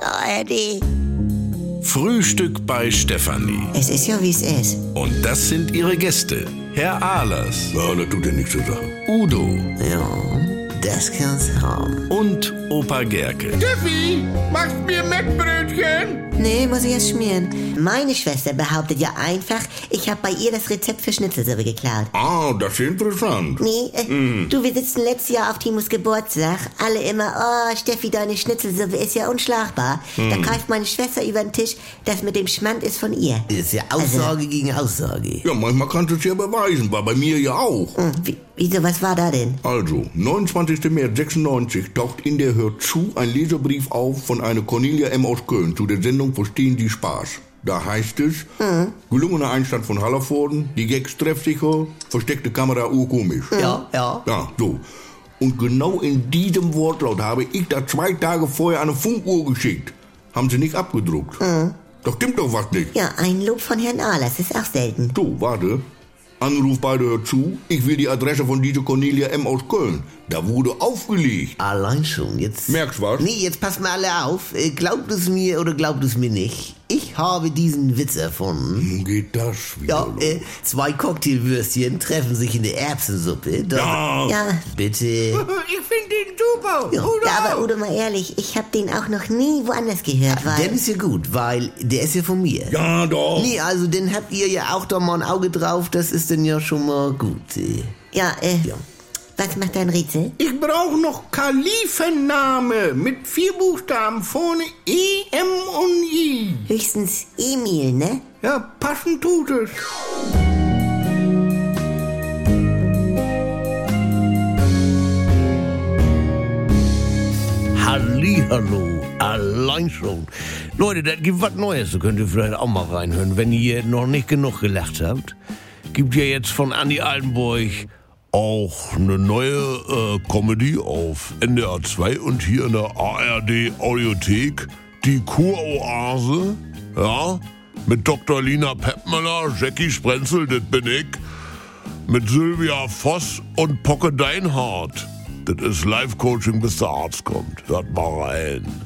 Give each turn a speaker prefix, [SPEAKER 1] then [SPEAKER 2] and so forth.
[SPEAKER 1] ARD.
[SPEAKER 2] Frühstück bei Stefanie.
[SPEAKER 1] Es ist ja, wie es ist.
[SPEAKER 2] Und das sind ihre Gäste. Herr Ahlers.
[SPEAKER 3] Ja, das tut dir nichts zu sagen.
[SPEAKER 2] Udo
[SPEAKER 1] Ja, das kann's haben.
[SPEAKER 2] und Opa Gerke.
[SPEAKER 4] Steffi, machst mir Mettbrötchen?
[SPEAKER 1] Nee, muss ich erst schmieren. Meine Schwester behauptet ja einfach, ich habe bei ihr das Rezept für Schnitzelsuppe geklaut.
[SPEAKER 3] Ah, das ist interessant.
[SPEAKER 1] Nee, äh, du, wir sitzen letztes Jahr auf Timos Geburtstag. Alle immer, oh, Steffi, deine Schnitzelsuppe ist ja unschlagbar. Da greift meine Schwester über den Tisch, das mit dem Schmand ist von ihr.
[SPEAKER 5] Ist ja Aussage gegen Aussage.
[SPEAKER 3] Ja, manchmal kannst du es ja beweisen, war bei mir ja auch.
[SPEAKER 1] Hm, wie, wieso, was war da denn?
[SPEAKER 3] Also, 29. März 96 taucht in der Hört zu ein Leserbrief auf von einer Cornelia M. aus Köln zu der Sendung Verstehen Sie Spaß. Da heißt es, gelungener Einstand von Hallervorden, die Gags treffsicher, versteckte Kamera urkomisch.
[SPEAKER 5] Ja, ja.
[SPEAKER 3] Ja, so. Und genau in diesem Wortlaut habe ich da zwei Tage vorher eine Funkuhr geschickt. Haben sie nicht abgedruckt.
[SPEAKER 4] Äh.
[SPEAKER 3] Doch stimmt doch was nicht.
[SPEAKER 1] Ja, ein Lob von Herrn Ahlers ist auch selten.
[SPEAKER 3] So, warte. Anruf beide hört zu. Ich will die Adresse von dieser Cornelia M. aus Köln. Da wurde aufgelegt.
[SPEAKER 5] Allein schon, jetzt...
[SPEAKER 3] Merkst was?
[SPEAKER 5] Nee, jetzt passt mal alle auf. Äh, Glaubt es mir oder glaubt es mir nicht. Ich habe diesen Witz erfunden.
[SPEAKER 3] Nun geht das wieder
[SPEAKER 5] Ja,
[SPEAKER 3] los.
[SPEAKER 5] äh, zwei Cocktailwürstchen treffen sich in der Erbsensuppe. Das-
[SPEAKER 3] Ah,
[SPEAKER 1] Ja,
[SPEAKER 5] Bitte.
[SPEAKER 4] Ich finde den super.
[SPEAKER 5] Ja,
[SPEAKER 4] Udo.
[SPEAKER 1] ja, aber Udo, mal ehrlich, ich hab den auch noch nie woanders gehört,
[SPEAKER 5] Der
[SPEAKER 1] weil...
[SPEAKER 5] ist ja gut, weil der ist ja von mir.
[SPEAKER 3] ja, doch.
[SPEAKER 5] Nee, also den habt ihr ja auch da mal ein Auge drauf. Das ist denn ja schon mal gut. äh.
[SPEAKER 1] Ja, äh,
[SPEAKER 5] Ja.
[SPEAKER 1] was macht dein Rätsel?
[SPEAKER 4] Ich brauche noch Kalifenname mit vier Buchstaben vorne E, M und I.
[SPEAKER 1] Höchstens Emil, ne?
[SPEAKER 4] Ja, passend tut es.
[SPEAKER 6] Hallihallo, allein schon. Leute, das gibt was Neues, da könnt ihr vielleicht auch mal reinhören. Wenn ihr noch nicht genug gelacht habt, gibt ja jetzt von Andy Altenburg auch eine neue äh, Comedy auf NDR 2 und hier in der ARD Audiothek. Die Kuroase, ja, mit Dr. Lina Peppmüller, Jackie Sprenzel, das bin ich mit Sylvia Voss und Pocke Deinhardt. Das ist Live-Coaching, bis der Arzt kommt. Hört mal rein.